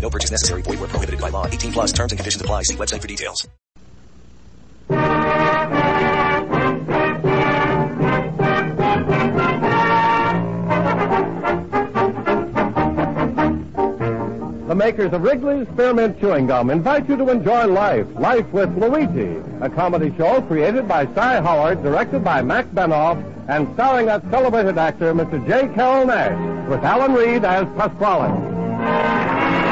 No purchase necessary. Void where prohibited by law. 18 plus terms and conditions apply. See website for details. The makers of Wrigley's Spearmint Chewing Gum invite you to enjoy Life, Life with Luigi, a comedy show created by Cy Howard, directed by Mac Benoff, and starring that celebrated actor, Mr. J. Carroll Nash, with Alan Reed as Pasquale.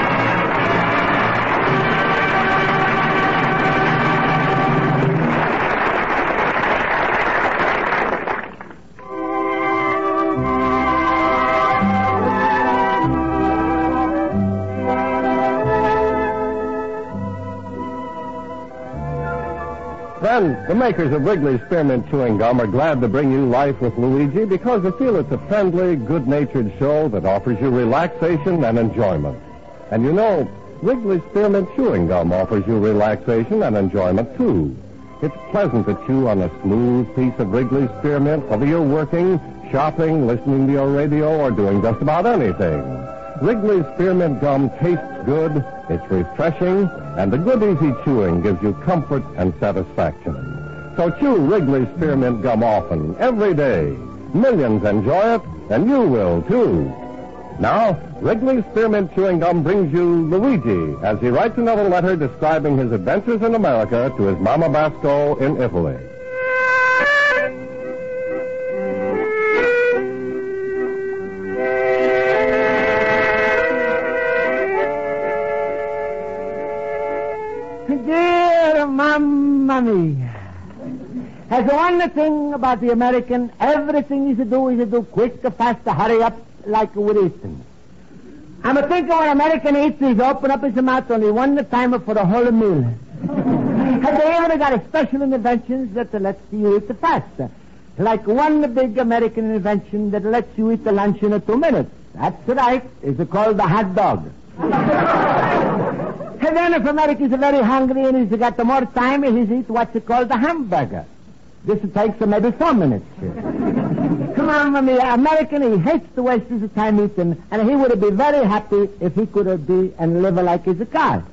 Friends, the makers of Wrigley's Spearmint Chewing Gum are glad to bring you Life with Luigi because they feel it's a friendly, good-natured show that offers you relaxation and enjoyment. And you know, Wrigley's Spearmint Chewing Gum offers you relaxation and enjoyment too. It's pleasant to chew on a smooth piece of Wrigley's Spearmint whether you're working, shopping, listening to your radio, or doing just about anything. Wrigley's Spearmint Gum tastes good, it's refreshing, and the good easy chewing gives you comfort and satisfaction. So chew Wrigley's Spearmint Gum often, every day. Millions enjoy it, and you will too. Now, Wrigley's Spearmint Chewing Gum brings you Luigi as he writes another letter describing his adventures in America to his Mama Basco in Italy. Dear Mamma Mia. As the one thing about the American, everything is to do is to do quick, fast, hurry up, like with Easton. I'm a thinking when American eats is open up his mouth only one time for the whole meal. Have they ever got a special inventions that lets you eat fast? Like one big American invention that lets you eat the lunch in two minutes. That's right. It's called the hot dog. And then if America is very hungry and he's got more time, he's eat what's called the hamburger. This takes maybe four minutes. Come on, Mamma mia. American, he hates to waste his time eating, and he would be very happy if he could be and live like his car.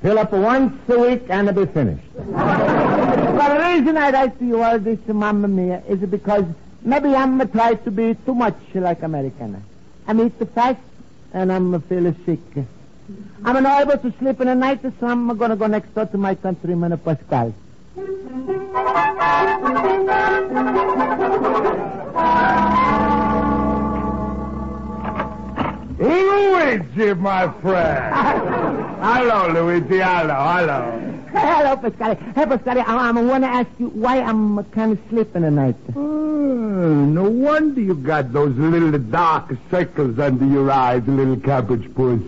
Fill up once a week and be finished. but the reason I write to you all this, Mamma Mia, is because maybe I'm trying to be too much like American. I'm eat fast, and I'm feel sick. I'm unable to sleep in the night, so I'm going to go next door to my countryman, Pascal. Luigi, my friend. hello, Luigi. Hello, hello. Hello, Pascal. Hey, Pascal, I, I want to ask you why I'm kind of sleeping at night. Oh, no wonder you got those little dark circles under your eyes, little cabbage puss.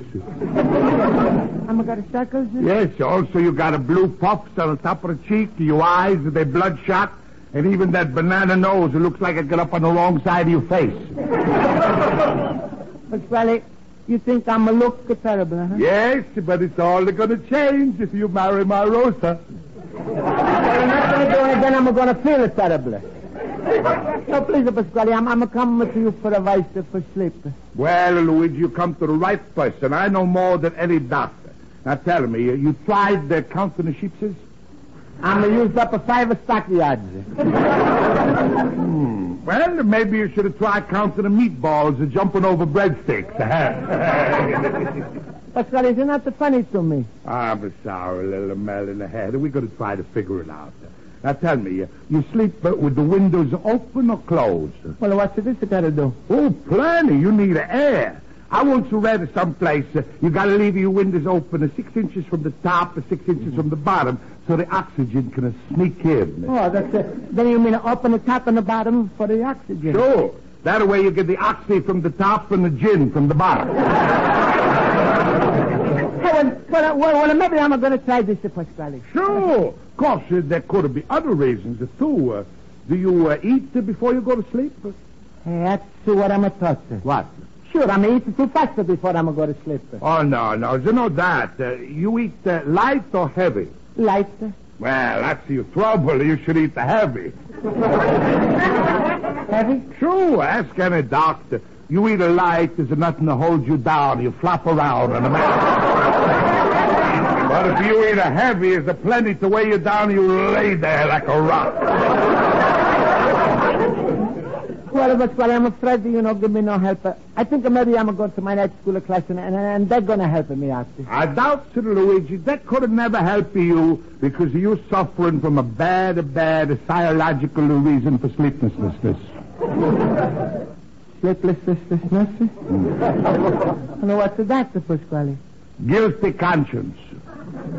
I'm got a circles? Yes, also you got a blue puffs on the top of the cheek, your eyes, they're bloodshot, and even that banana nose it looks like it got up on the wrong side of your face. Pascal, you think I'm a look terrible, huh? yes, but it's all gonna change if you marry my Rosa. I'm not going to do it again. I'm going to feel it terrible. So please, Pasquale, I'm, I'm coming to you for advice for sleep. Well, Luigi, you come to the right person. I know more than any doctor. Now tell me, you- you tried the counting of sheepses? I'm used up a five stockyards. Hmm. Well, maybe you should have tried counting the meatballs and jumping over breadsticks. Pasquale, you're not funny to me. Ah, I'm sorry, little man in the head. We're going to try to figure it out. Now tell me, uh, you sleep uh, with the windows open or closed? Well, what's this got to do? Oh, plenty. You need air. I once read someplace uh, you got to leave your windows open uh, six inches from the top, uh, six inches from the bottom, so the oxygen can uh, sneak in. Oh, that's uh, then you mean open the top and the bottom for the oxygen? Sure. That way you get the oxy from the top and the gin from the bottom. Hey, well, well, well, well, maybe I'm going to try this, uh, Pasquale. Sure. Of course, uh, there could be other reasons, uh, too. Uh, do you uh, eat uh, before you go to sleep? Hey, that's what I'm a thought. sir. What? Sure, I'm going to eat too fast before I'm going to sleep. Oh, no, no. You know that. Uh, you eat uh, light or heavy? Light. uh, Well, that's your trouble. You should eat the heavy. Heavy? Sure, ask any doctor. You eat a light, there's nothing to hold you down. You flop around on the mat. but if you eat a heavy, there's plenty to weigh you down. You lay there like a rock. Well, Pasquale, I'm afraid you know, give me no help. Uh, I think maybe I'm going to my night school class, and, and, and they're going to help me out. I doubt, Sir Luigi, that could have never helped you because you're suffering from a bad, bad psychological reason for sleeplessness. Sleeplessness? no, what's that, Pasquale? Guilty conscience.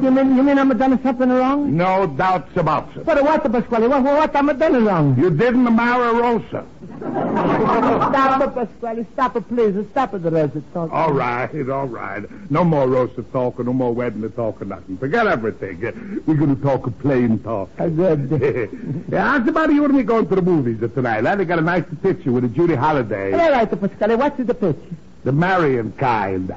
You mean you mean I'm done something wrong? No doubts about it. But what, Pasquale? What, what I'm done wrong? You didn't marry Rosa. Stop it, Pasquale. Stop it, please. Stop it, the rest of talk. All right, all right. No more roaster talk, or no more wedding talk, or nothing. Forget everything. We're going to talk a plain talk. Uh, good. yeah, how's about you and me going to the movies tonight? I got a nice picture with a Judy Holliday. All right, Pasquale. What's the pitch? The Marion kind.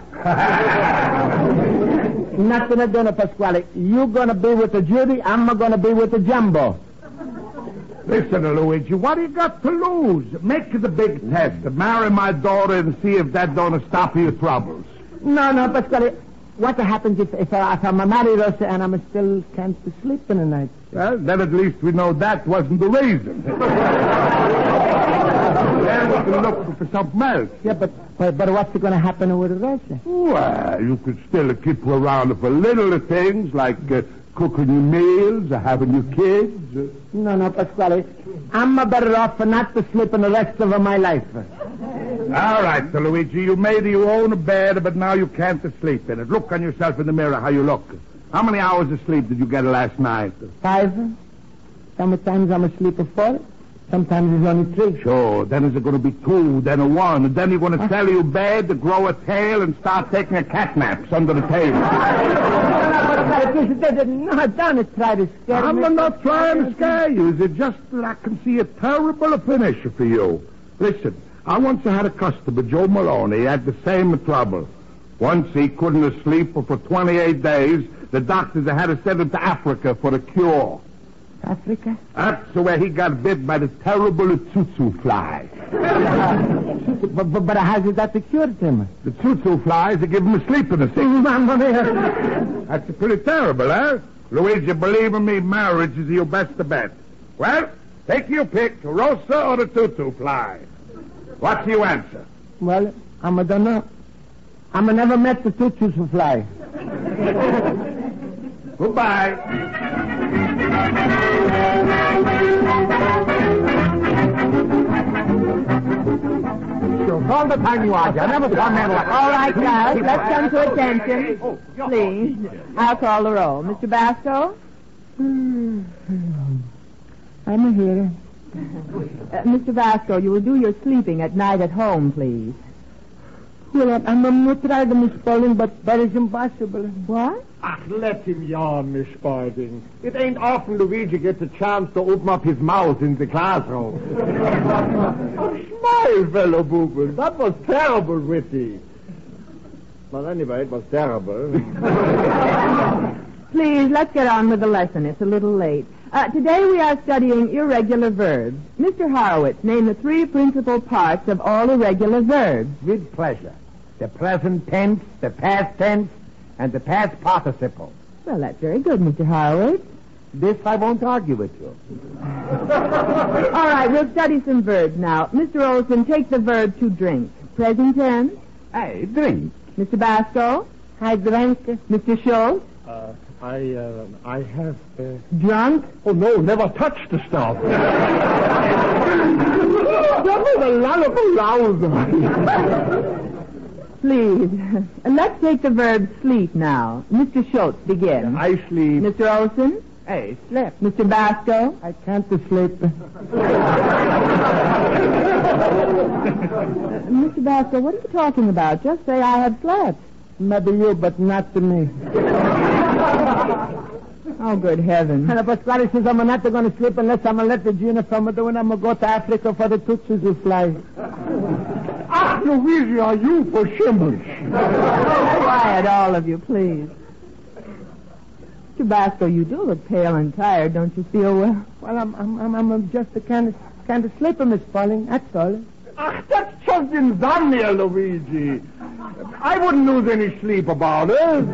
Nothing to do, Pasquale. you going to be with the Judy. I'm going to be with the Jumbo. Listen, Luigi, what do you got to lose? Make the big test. Marry my daughter and see if that don't stop your troubles. No, no, Pasquale. What happens if, if, I, if I'm married Rosa and I'm still can't sleep in the night? Well, then at least we know that wasn't the reason. then we can look for something else. Yeah, but, but, but what's going to happen with Rosa? Well, you could still keep her around for little things like uh, cooking your meals, or having your kids. uh, No, no, Pasquale. I'm better off not to sleep in the rest of my life. All right, Sir Luigi, you made your own bed, but now you can't sleep in it. Look on yourself in the mirror how you look. How many hours of sleep did you get last night? Five. Sometimes I'm asleep for four. Sometimes it's only three. Sure, then is it going to be two, then a one, and then you're going to sell your bed, grow a tail, and start taking a cat naps under the table. No, don't try to scare I'm me. not trying to scare you. Is it just that I can see a terrible finish for you? Listen, I once had a customer, Joe Maloney, had the same trouble. Once he couldn't sleep for 28 days. The doctors had to send him to Africa for a cure. Africa? That's where he got bit by the terrible tsutsu fly. But, but, but how's it that cured him? The tsutsu flies that give him a sleeping Oh, sickness. Mamma mia. That's pretty terrible, eh? Luigi, believe in me, marriage is your best bet. Well, take your pick, Rosa or the tutu fly. What's your answer? Well, I'm a don't know. I'm never met the tutus who fly. Goodbye. All the time you are, I never saw man like All right, guys, let's come to attention. Please, I'll call the roll. Mr. Basco? Hmm. I'm here. Uh, Mr. Vasco, you will do your sleeping at night at home, please. Well, I'm, I'm, I'm not trying to miss Pauline, but that is impossible. What? Ach, Ah, let him yawn, Miss Spalding. It ain't often Luigi gets a chance to open up his mouth in the classroom. oh, smile, fellow Bubel. That was terrible, witty. But anyway, it was terrible. Please, let's get on with the lesson. It's a little late. Uh, today we are studying irregular verbs. Mr. Horowitz, name the three principal parts of all irregular verbs. With pleasure. The present tense, the past tense, and the past participle. Well, that's very good, Mr. Horowitz. This I won't argue with you. All right, we'll study some verbs now. Mr. Olson, take the verb to drink. Present tense. Hey, drink. Mr. Basco? Hi, drunk. Mr. Schultz? Uh, I, uh, I have. Uh... Drunk? Oh, no, never touched the stuff. that was a lullaby louser. Please. Let's take the verb sleep now. Mr. Schultz, begin. I sleep. Mr. Olson? I slept. Mr. Basco? I can't sleep. Mr. Basco, what are you talking about? Just say I have slept. Maybe you, but not to me. Oh, good heaven. And if Pasquale says I'm not going to sleep unless I'm going to let the uniform do and I'm going to go to Africa for the Tutsis who fly. Ah, Luigi, are you for shimmers? Quiet, all of you, please. Tabasco, you do look pale and tired. Don't you feel well? Well, I'm, I'm, I'm, I'm just a kind of, kind of sleeper, Miss Pauling. That's all. Ach, Ah, that's just insomnia, Luigi. I wouldn't lose any sleep about it.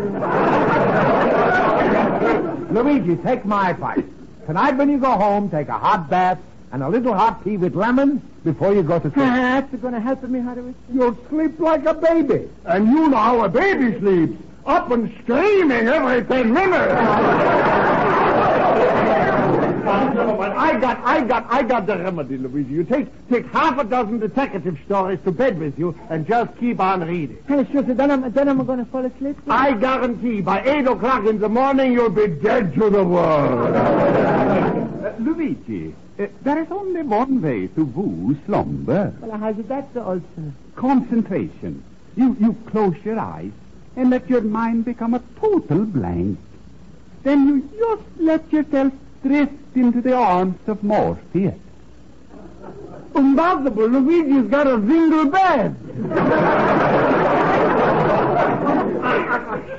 Luigi, take my advice. Tonight when you go home, take a hot bath and a little hot tea with lemon before you go to sleep. That's going to help me, Horowitz. You'll sleep like a baby. Uh, And you know how a baby sleeps. Up and screaming every ten minutes. Uh, I got, I got, I got the remedy, Luigi. You take, take half a dozen detective stories to bed with you and just keep on reading. Hey, sure, then I'm, then I'm going to fall asleep. Now. I guarantee by eight o'clock in the morning you'll be dead to the world. uh, Luigi, uh, there is only one way to woo slumber. Well, how's that, sir, also? Concentration. You, you close your eyes and let your mind become a total blank. Then you just let yourself drift into the arms of Morpheus. Impossible. Luigi's got a single bed.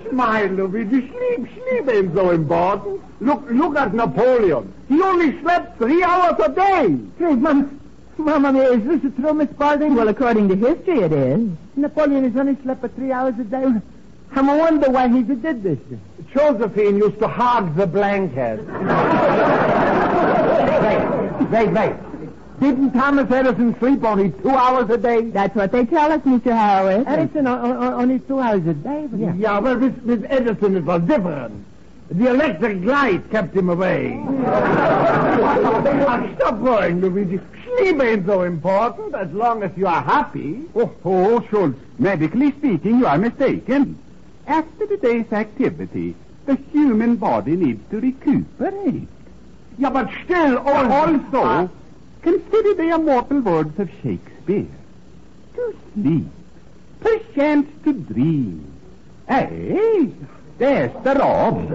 Smile, Luigi. Sleep, sleep ain't so important. Look, look at Napoleon. He only slept three hours a day. Hey, Mom, Mamma mia, is this true, Miss Spalding? Well, according to history, it is. Napoleon has only slept for three hours a day. I'm a wonder why he did this. Josephine used to hog the blanket. wait, wait, wait. Didn't Thomas Edison sleep only two hours a day? That's what they tell us, Mr. Howard. Edison o- o- only two hours a day? Yeah, yeah well, with, with Edison it was different. The electric light kept him away. oh, stop worrying, Luigi. Sleep ain't so important as long as you are happy. Oh, oh, Schultz, medically speaking, you are mistaken. After the day's activity, the human body needs to recuperate. Yeah, but still, also... Ah. also uh, consider the immortal words of Shakespeare. To sleep, perchance to dream. Hey, there's the rob.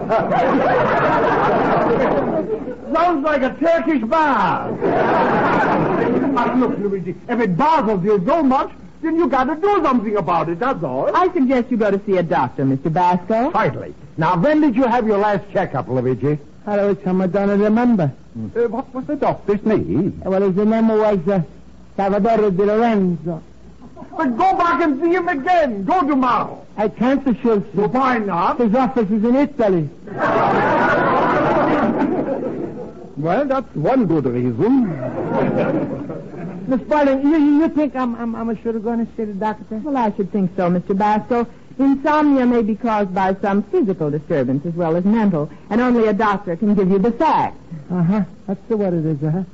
Sounds like a Turkish bath. ah, look, Luigi, if it bothers you so much, then you gotta do something about it, that's all. I suggest you go to see a doctor, Mr. Basco. Finally. Now, when did you have your last checkup, Luigi? I don't I don't remember. Mm. Uh, what was the doctor's name? Well, his name was uh, Salvatore Di Lorenzo. But go back and see him again. Go tomorrow. I can't, Mr. Schultz. Well, why not? His office is in Italy. well, that's one good reason. Miss Barling, you, you think I'm, I'm, I'm sure going to see the doctor? Well, I should think so, Mr. Basco. Insomnia may be caused by some physical disturbance as well as mental, and only a doctor can give you the facts. Uh-huh. That's the what it is, uh-huh.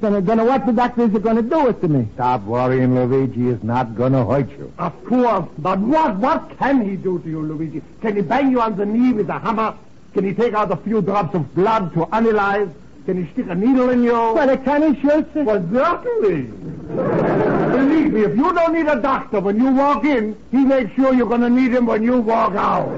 Then, then what the doctor is going to do with to me? Stop worrying, Luigi. It's not going to hurt you. Of course. But what, what can he do to you, Luigi? Can he bang you on the knee with a hammer? Can he take out a few drops of blood to analyze? Can he stick a needle in you? Well, can he, Schultz? Well, certainly. Believe me, if you don't need a doctor when you walk in, he makes sure you're going to need him when you walk out.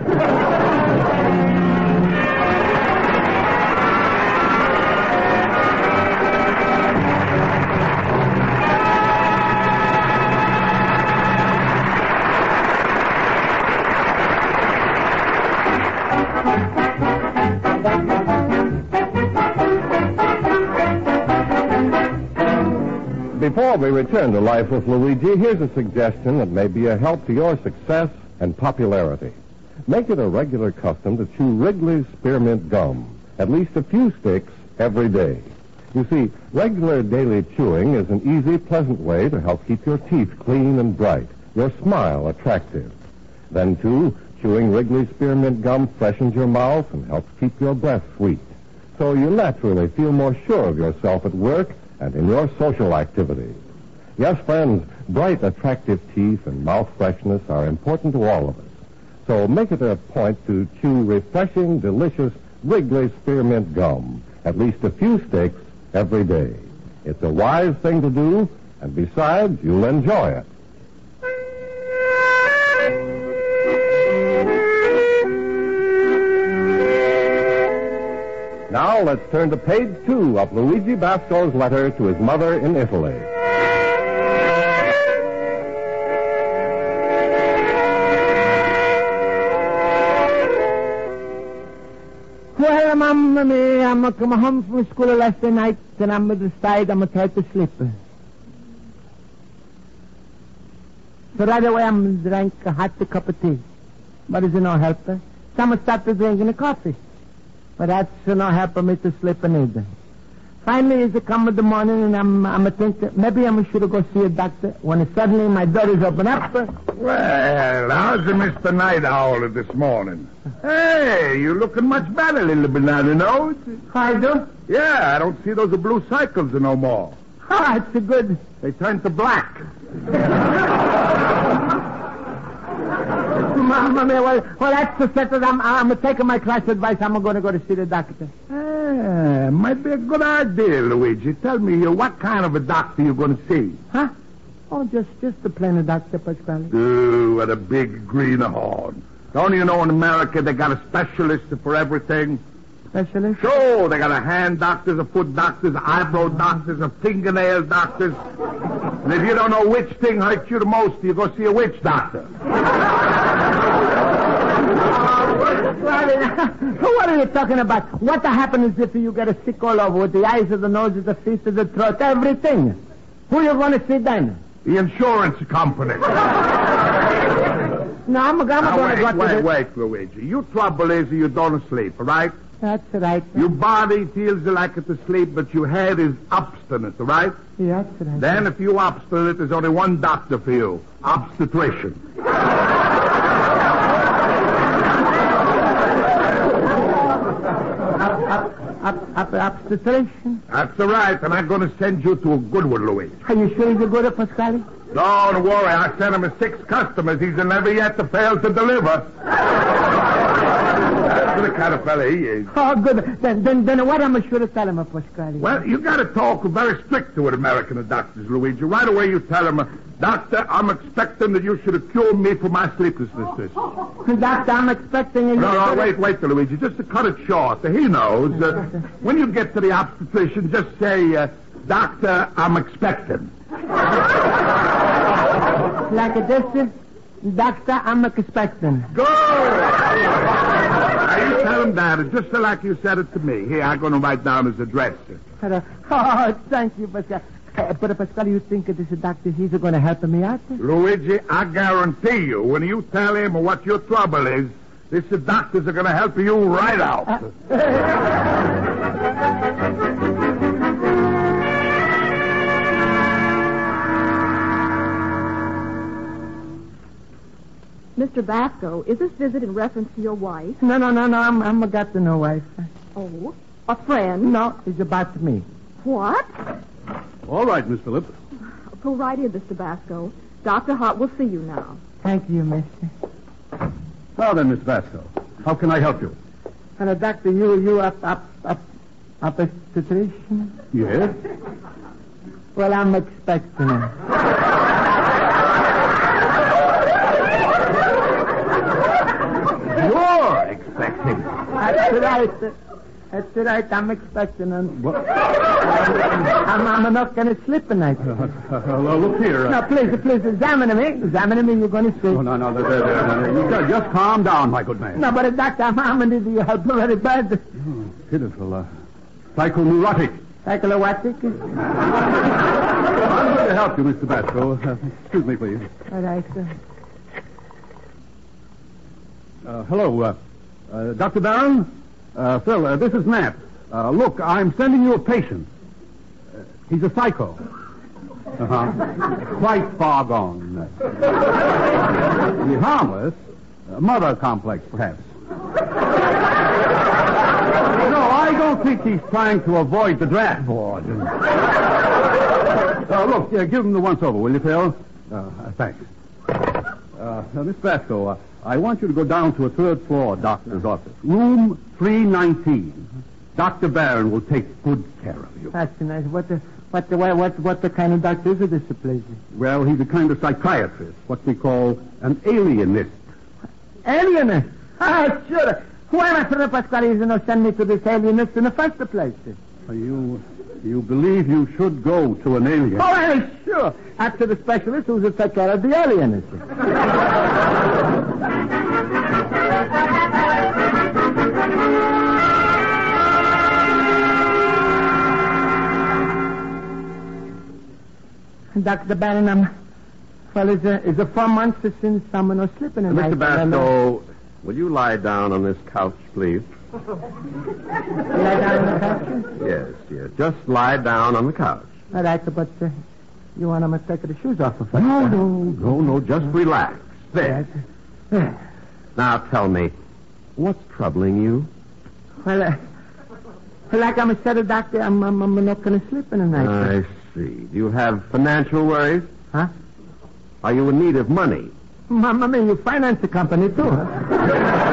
Before we return to Life with Luigi, here's a suggestion that may be a help to your success and popularity. Make it a regular custom to chew Wrigley's Spearmint Gum, at least a few sticks every day. You see, regular daily chewing is an easy, pleasant way to help keep your teeth clean and bright, your smile attractive. Then, too, Chewing Wrigley's spearmint gum freshens your mouth and helps keep your breath sweet. So you naturally feel more sure of yourself at work and in your social activities. Yes, friends, bright, attractive teeth and mouth freshness are important to all of us. So make it a point to chew refreshing, delicious Wrigley's spearmint gum, at least a few sticks every day. It's a wise thing to do, and besides, you'll enjoy it. Now let's turn to page two of Luigi Basco's letter to his mother in Italy. Well, mamma mia, I'm uh, come home from school last night, and I'm decided I'm gonna try to sleep. So right away I'm drank a hot cup of tea. But it's no help. So I'm started drinking coffee. But that's no help me to sleep neither. Finally, it's come the morning, and I'm I'm thinking maybe I should go see a doctor. When suddenly my door is open up. Well, how's the Mr. Night Owl of this morning? Hey, you're looking much better, little banana nose. I do? Yeah, I don't see those blue circles no more. Ah, it's a good. They turned to black. Mamma mia, well, well that's the set that I'm, I'm taking my class advice. I'm going to go to see the doctor. Yeah, Eh, might be a good idea, Luigi. Tell me, uh, what kind of a doctor you going to see? Huh? Oh, just just the plain doctor, Pasquale. Ooh, what a big greenhorn. Don't you know in America they got a specialist for everything? Specialist? Sure, Oh, they got a hand doctors, a foot doctors, a eyebrow doctors, a fingernail doctors. And if you don't know which thing hurts you the most, you go see a witch doctor. Pasquale, what are you talking about? What happens if you get sick all over with the eyes, the nose, the feet, the throat, everything? Who you going to see then? The insurance company. No, I'm, I'm Now, going to go wait, to wait, the... wait, Luigi. Your trouble is you don't sleep, all right? That's right. Your body feels like it to sleep, but your head is obstinate, all right? Yeah, that's right. Then, if you obstinate, there's only one doctor for you obstetrician. Up, up, obstetrician? That's all right, and I'm going to send you to a good one, Luigi. Are you sure he's a good Pasquale? Don't worry, I sent him six customers. He's never yet to fail to deliver. That's the kind of fella he is. Oh, good. Then, then, then what am I sure to tell him, Pasquale? Well, you got to talk very strict to an American doctors, Luigi. Right away, you tell him, Doctor, I'm expecting that you should have cured me for my sleeplessness. Doctor, I'm expecting a... No, no, wait, wait, Luigi. Just to cut it short, he knows. Uh, when you get to the obstetrician, just say, uh, Doctor, I'm expecting. Like a distance, doctor, I'm expecting. Go! now, you tell him that, and just like you said it to me. Here, I'm going to write down his address. Oh, thank you, Pasquale. Uh, But, Pasquale, you think this doctor, he's going to help me out? Luigi, I guarantee you, when you tell him what your trouble is, this doctors are going to help you right out. Uh, Mr. Basco, is this visit in reference to your wife? No, no, no, no, I'm, I'm got to know wife. Oh, a friend? No, it's about me. What? All right, Miss Phillips. Go right in, Mr. Basco. Dr. Hart will see you now. Thank you, mister. Now then, Miss Vasco, how can I help you? And, uh, doctor, you, you up, up, up, up obstetrician? Yes? Well, I'm expecting him. You're expecting. That's right. That's right. I'm expecting him. I'm, I'm not going to sleep tonight. Well, look here. uh, No, please, please, examine me. Examine me. You're going to see. No, no, no, there, there, there, no, no. You just, just calm down, my good man. No, but uh, doctor, I'm, I'm in the uh, help very bad. Pitiful. Uh, psychoneurotic. Psychologic. I'm going to help you, Mr. Basco. Uh, excuse me, please. All right. Uh, Uh, hello, uh, uh, Dr. Barron? Uh, Phil, uh, this is Matt. Uh, look, I'm sending you a patient. Uh, he's a psycho. Uh-huh. Quite far gone. He's harmless, Uh, mother complex, perhaps. no, I don't think he's trying to avoid the draft board. Uh, look, yeah, give him the once over, will you, Phil? Uh, uh, thanks. Uh, now, Miss Basco, uh, I want you to go down to a third floor doctor's office, room 319. Dr. Barron will take good care of you. That's nice. What the, what the, what, what the kind of doctor is this place? Well, he's a kind of psychiatrist, what we call an alienist. Alienist? Ah, sure. Whoever threw up Pasquale no send me to this alienist in the first place. Uh, You, you believe you should go to an alien? Oh, well, sure. After the specialist who's to take care of the alienist. Dr. Barron, um, well, it's, uh, it's uh, four months since someone was slipping in my Mr. Basco, will you lie down on this couch, please? Yes, yes. Just lie down on the couch. All right, but uh, you want to take the shoes off of us? No, no, no, no. Just relax. There. Now tell me, what's troubling you? Well, uh, like I'm a said, doctor, I'm, I'm, I'm not going to sleep in the night. I see. Do you have financial worries? Huh? Are you in need of money? Mamma mia, you finance the company too. Huh? No,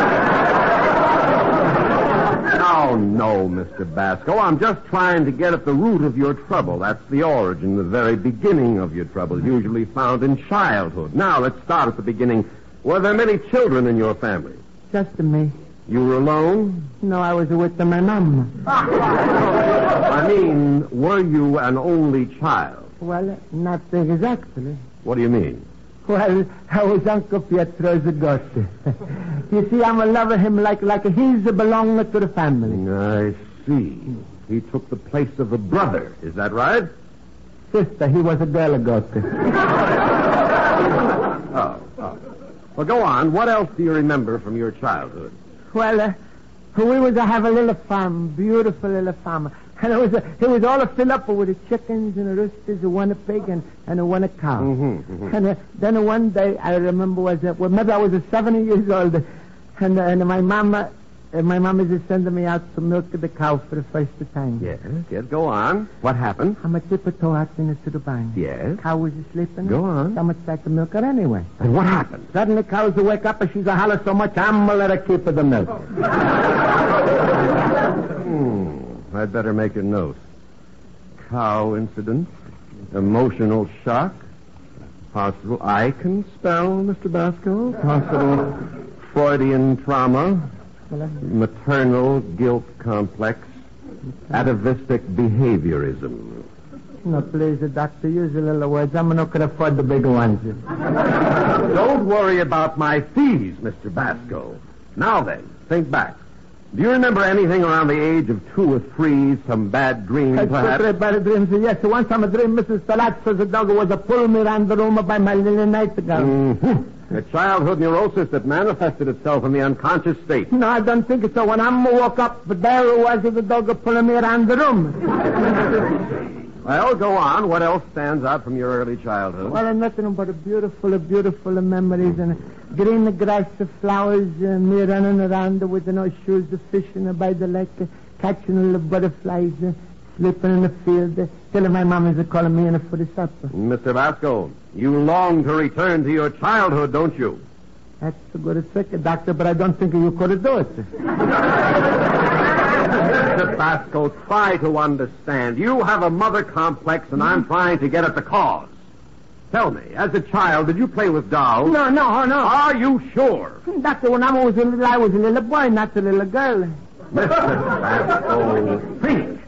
Oh, no, Mr. Basco. I'm just trying to get at the root of your trouble. That's the origin, the very beginning of your trouble, usually found in childhood. Now, let's start at the beginning. Were there many children in your family? Just me. You were alone? No, I was with my mom. I mean, were you an only child? Well, not exactly. What do you mean? Well, I was Uncle Pietro's ghost. you see, I'm a lover him like like he's a belongs to the family. I see. He took the place of a brother. Is that right? Sister, he was a girl ghost. Oh, oh. Well, go on. What else do you remember from your childhood? Well, uh, we was to have a little farm, beautiful little farm. And it was, uh, it was all filled up with the chickens and the roosters, and one a pig and, and a one a cow. And uh, then one day, I remember was, uh, well, maybe I was uh, 70 years old, and, uh, and my mama, uh, my mama is sending me out to milk the cow for the first time. Yes, yes, go on. What happened? I'm a tiptoe out into the barn. Um, Yes. Cow was sleeping. Go on. So much like to milk her anyway. And what happened? Suddenly, cows will wake up and she's a holler so much, I'm gonna let her keep the milk. Oh. Hmm. I'd better make a note. Cow incident, emotional shock, possible I can spell, Mr. Basco, possible Freudian trauma, maternal guilt complex, atavistic behaviorism. No, please, the doctor, use the little words. I'm not going to afford the big ones. Don't worry about my fees, Mr. Basco. Now then, think back. Do you remember anything around the age of two or three? Some bad dreams, I perhaps? swear by the dreams, yes. Once I'm a dream, Mrs. Palazzo, the dog was a pull me around the room by my little nightgown. Mhm. A childhood neurosis that manifested itself in the unconscious state. No, I don't think so. When I woke up, there was the dog pulling me around the room. Well, go on. What else stands out from your early childhood? well, uh, nothing but a beautiful, beautiful memories and green grass, flowers, uh, me running around with no shoes, fishing by the lake, catching little butterflies, uh, sleeping in the field, uh, telling my mom is calling me in for the supper. Mr. Vasco, you long to return to your childhood, don't you? That's a good trick, doctor, but I don't think you could do it. Mr. Vasco, try to understand. You have a mother complex, and Mm-hmm. I'm trying to get at the cause. Tell me, as a child, did you play with dolls? No, no, no. Are you sure? Doctor, when I was a little, I was a little boy, not a little girl. Mr. Vasco, think.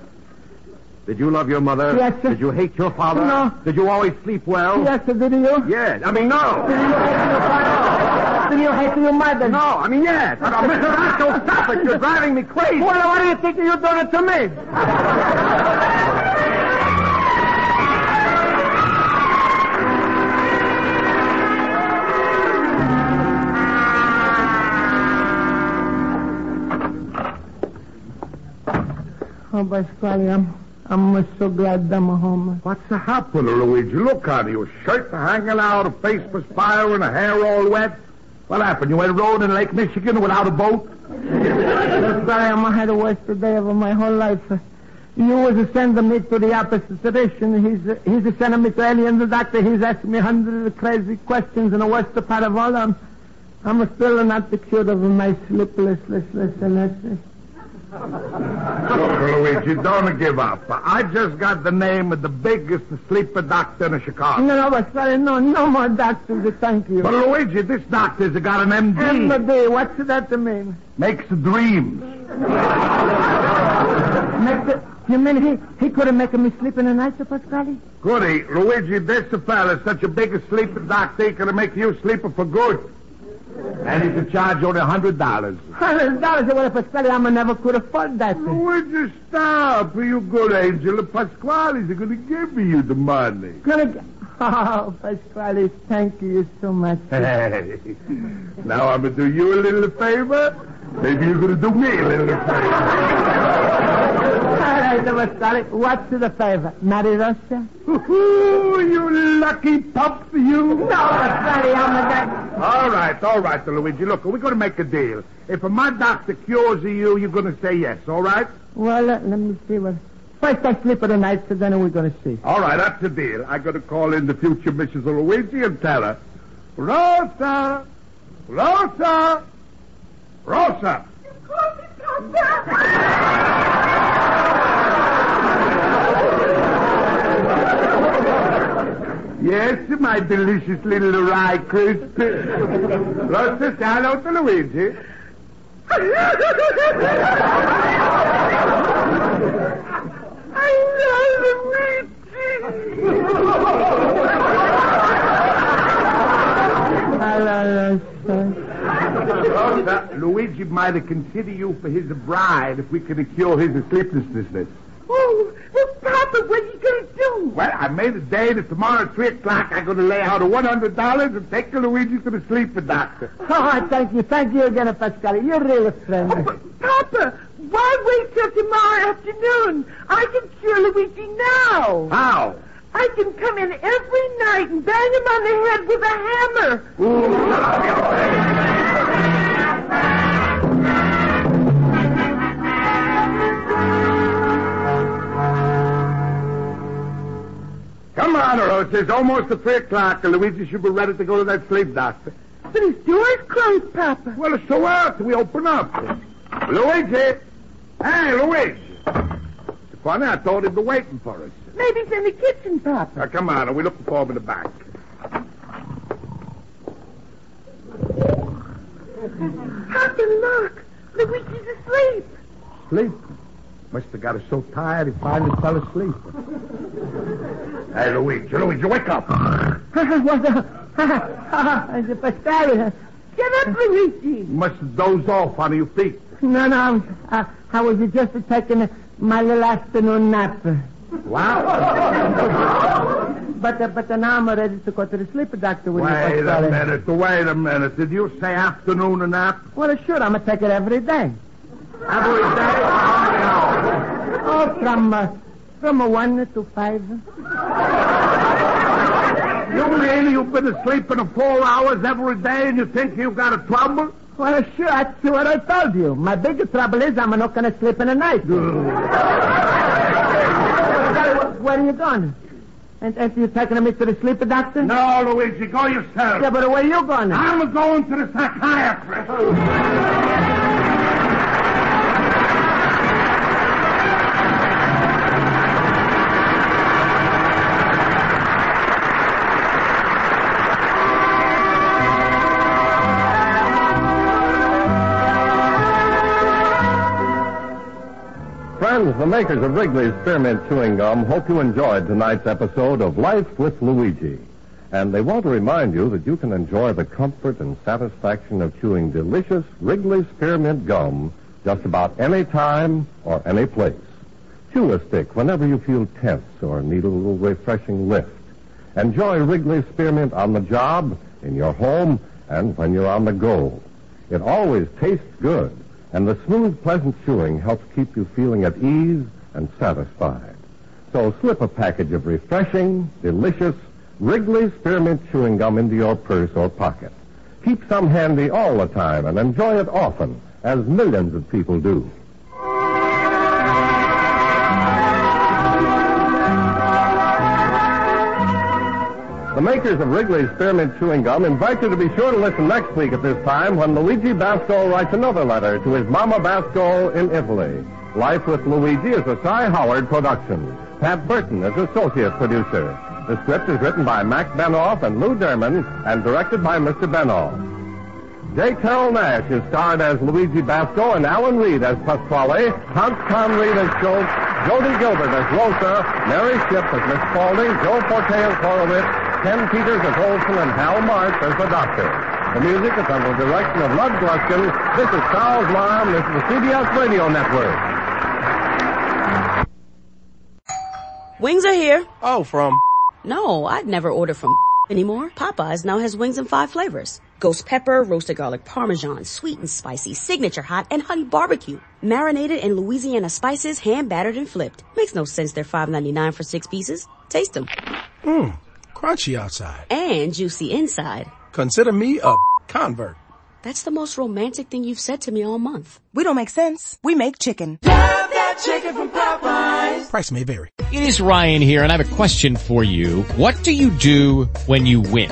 Did you love your mother? Yes, sir. Did you hate your father? No. Did you always sleep well? Yes, did you? Yes. I mean, no. Did you hate your mother? No, I mean, yes. But, uh, Mr. Vasco, stop it. You're driving me crazy. Well, what do you think you're doing it to me? Oh, Pasquale, I'm, I'm so glad I'm home. What's the happened, Luigi? Look at you. Shirt hanging out, a face perspiring, hair all wet. What happened? You went rowing in Lake Michigan without a boat? I'm sorry, I'm had the worst day of my whole life. You was sending me to the opposite direction. He's he's sending me to alien the doctor. He's asking me hundred crazy questions, and the worst part of all, I'm I'm still not cured of my sleeplessness. Look, Luigi, don't give up. I just got the name of the biggest sleeper doctor in Chicago. No, no, sorry, no, no more doctors, thank you. But Luigi, this doctor's got an MD. MD, what's that to mean? Makes dreams. Make you mean he, he could have made me sleep in the night, Pasquale? Goody, Luigi, this fella's such a big sleeper doctor, he could make you sleeper for good. And he could charge only a hundred dollars. Hundred dollars? Well, Pasquale, I never could afford that. Luigi, stop. You good angel. Pasquale's going to give me you the money. Gonna... Oh, Pasquale, thank you so much. Hey, now I'm going to do you a little favor. Maybe you're going to do me a little favor. All right, Pasquale, what's the favor? Marry Russia? Ooh, you lucky pup, you. No, Pasquale, I'm a... All right, all right, Luigi. Look, we're going to make a deal. If my doctor cures you, you're going to say yes, all right? Well, uh, let me see what... First I sleep at the night, so then we're going to see. All right, that's the deal. I got to call in the future Mrs. Luigi and tell her, Rosa, Rosa, Rosa. You called me, Doctor. Yes, my delicious little rye crisp. Rosa, say hello to Luigi. I love Luigi. Hello, Rosa, Oh, Luigi might consider you for his bride if we could cure his sleeplessness. Oh, well, Papa, what are you going to do? Well, I made a day that tomorrow at 3 o'clock I'm going to lay out a $100 and take Luigi to the sleeper doctor. Oh, thank you. Thank you again, Pasquale. You're really friendly. Oh, but, Papa, why wait till tomorrow afternoon? I can cure Luigi now. How? I can come in every night and bang him on the head with a hammer. Ooh. Come on, Rosa. It's almost three o'clock, and Luigi should be ready to go to that sleep doctor. But his door's closed, Papa. Well, so what? We open up. Luigi! Hey, Luigi! It's funny, I thought he'd be waiting for us. Maybe he's in the kitchen, Papa. Now, come on. Are we looking for him in the back? Papa, look. Luigi's asleep. Sleep? Must have got us so tired he finally fell asleep. hey, Luigi, Luigi, wake up. what the... It's a pastary. Get up, Luigi. You must have dozed off on your feet. No, no. Uh, I was just taking my little afternoon nap. Wow. but, uh, but now I'm ready to go to the sleep doctor with wait you. Wait a minute. Wait a minute. Did you say afternoon nap? Well, sure. I'm going to take it every day. Every day? Oh, from uh, from uh, one to five. You mean you've been asleep in four hours every day and you think you've got a trouble? Well, sure, that's what I told you. My big trouble is I'm not going to sleep in the night. Where are you going? And, and you taking me to the sleeper doctor? Ah, No, Luigi, go yourself. Yeah, but where are you going? I'm going to the psychiatrist. friends, the makers of Wrigley's Spearmint Chewing Gum hope you enjoyed tonight's episode of Life with Luigi. And they want to remind you that you can enjoy the comfort and satisfaction of chewing delicious Wrigley's Spearmint Gum just about any time or any place. Chew a stick whenever you feel tense or need a little refreshing lift. Enjoy Wrigley's Spearmint on the job, in your home, and when you're on the go. It always tastes good and the smooth, pleasant chewing helps keep you feeling at ease and satisfied. So slip a package of refreshing, delicious Wrigley's Spearmint Chewing Gum into your purse or pocket. Keep some handy all the time and enjoy it often, as millions of people do. The makers of Wrigley's Spearmint Chewing Gum invite you to be sure to listen next week at this time when Luigi Basco writes another letter to his Mama Basco in Italy. Life with Luigi is a Cy Howard production. Pat Burton is associate producer. The script is written by Mac Benoff and Lou Derman and directed by Mr. Benoff. J. Carol Nash is starred as Luigi Basco and Alan Reed as Pasquale, Hans Conried as Schultz, Jody Gilbert as Rosa, Mary Ship as Miss Spaulding, Joe Forte as Horowitz, Ken Peters as Olson, and Hal March as the Doctor. The music is under the direction of Lud Gluskin. This is Charles Lyon. This is the CBS Radio Network. Wings are here. Oh, from? No, I'd never order from anymore. Popeyes now has wings in five flavors. Ghost pepper, roasted garlic parmesan, sweet and spicy, signature hot, and honey barbecue. Marinated in Louisiana spices, hand battered and flipped. Makes no sense they're $5.99 for six pieces. Taste them. Mmm, crunchy outside. And juicy inside. Consider me a convert. That's the most romantic thing you've said to me all month. We don't make sense. We make chicken. Love that chicken from Popeyes. Price may vary. It is Ryan here and I have a question for you. What do you do when you win?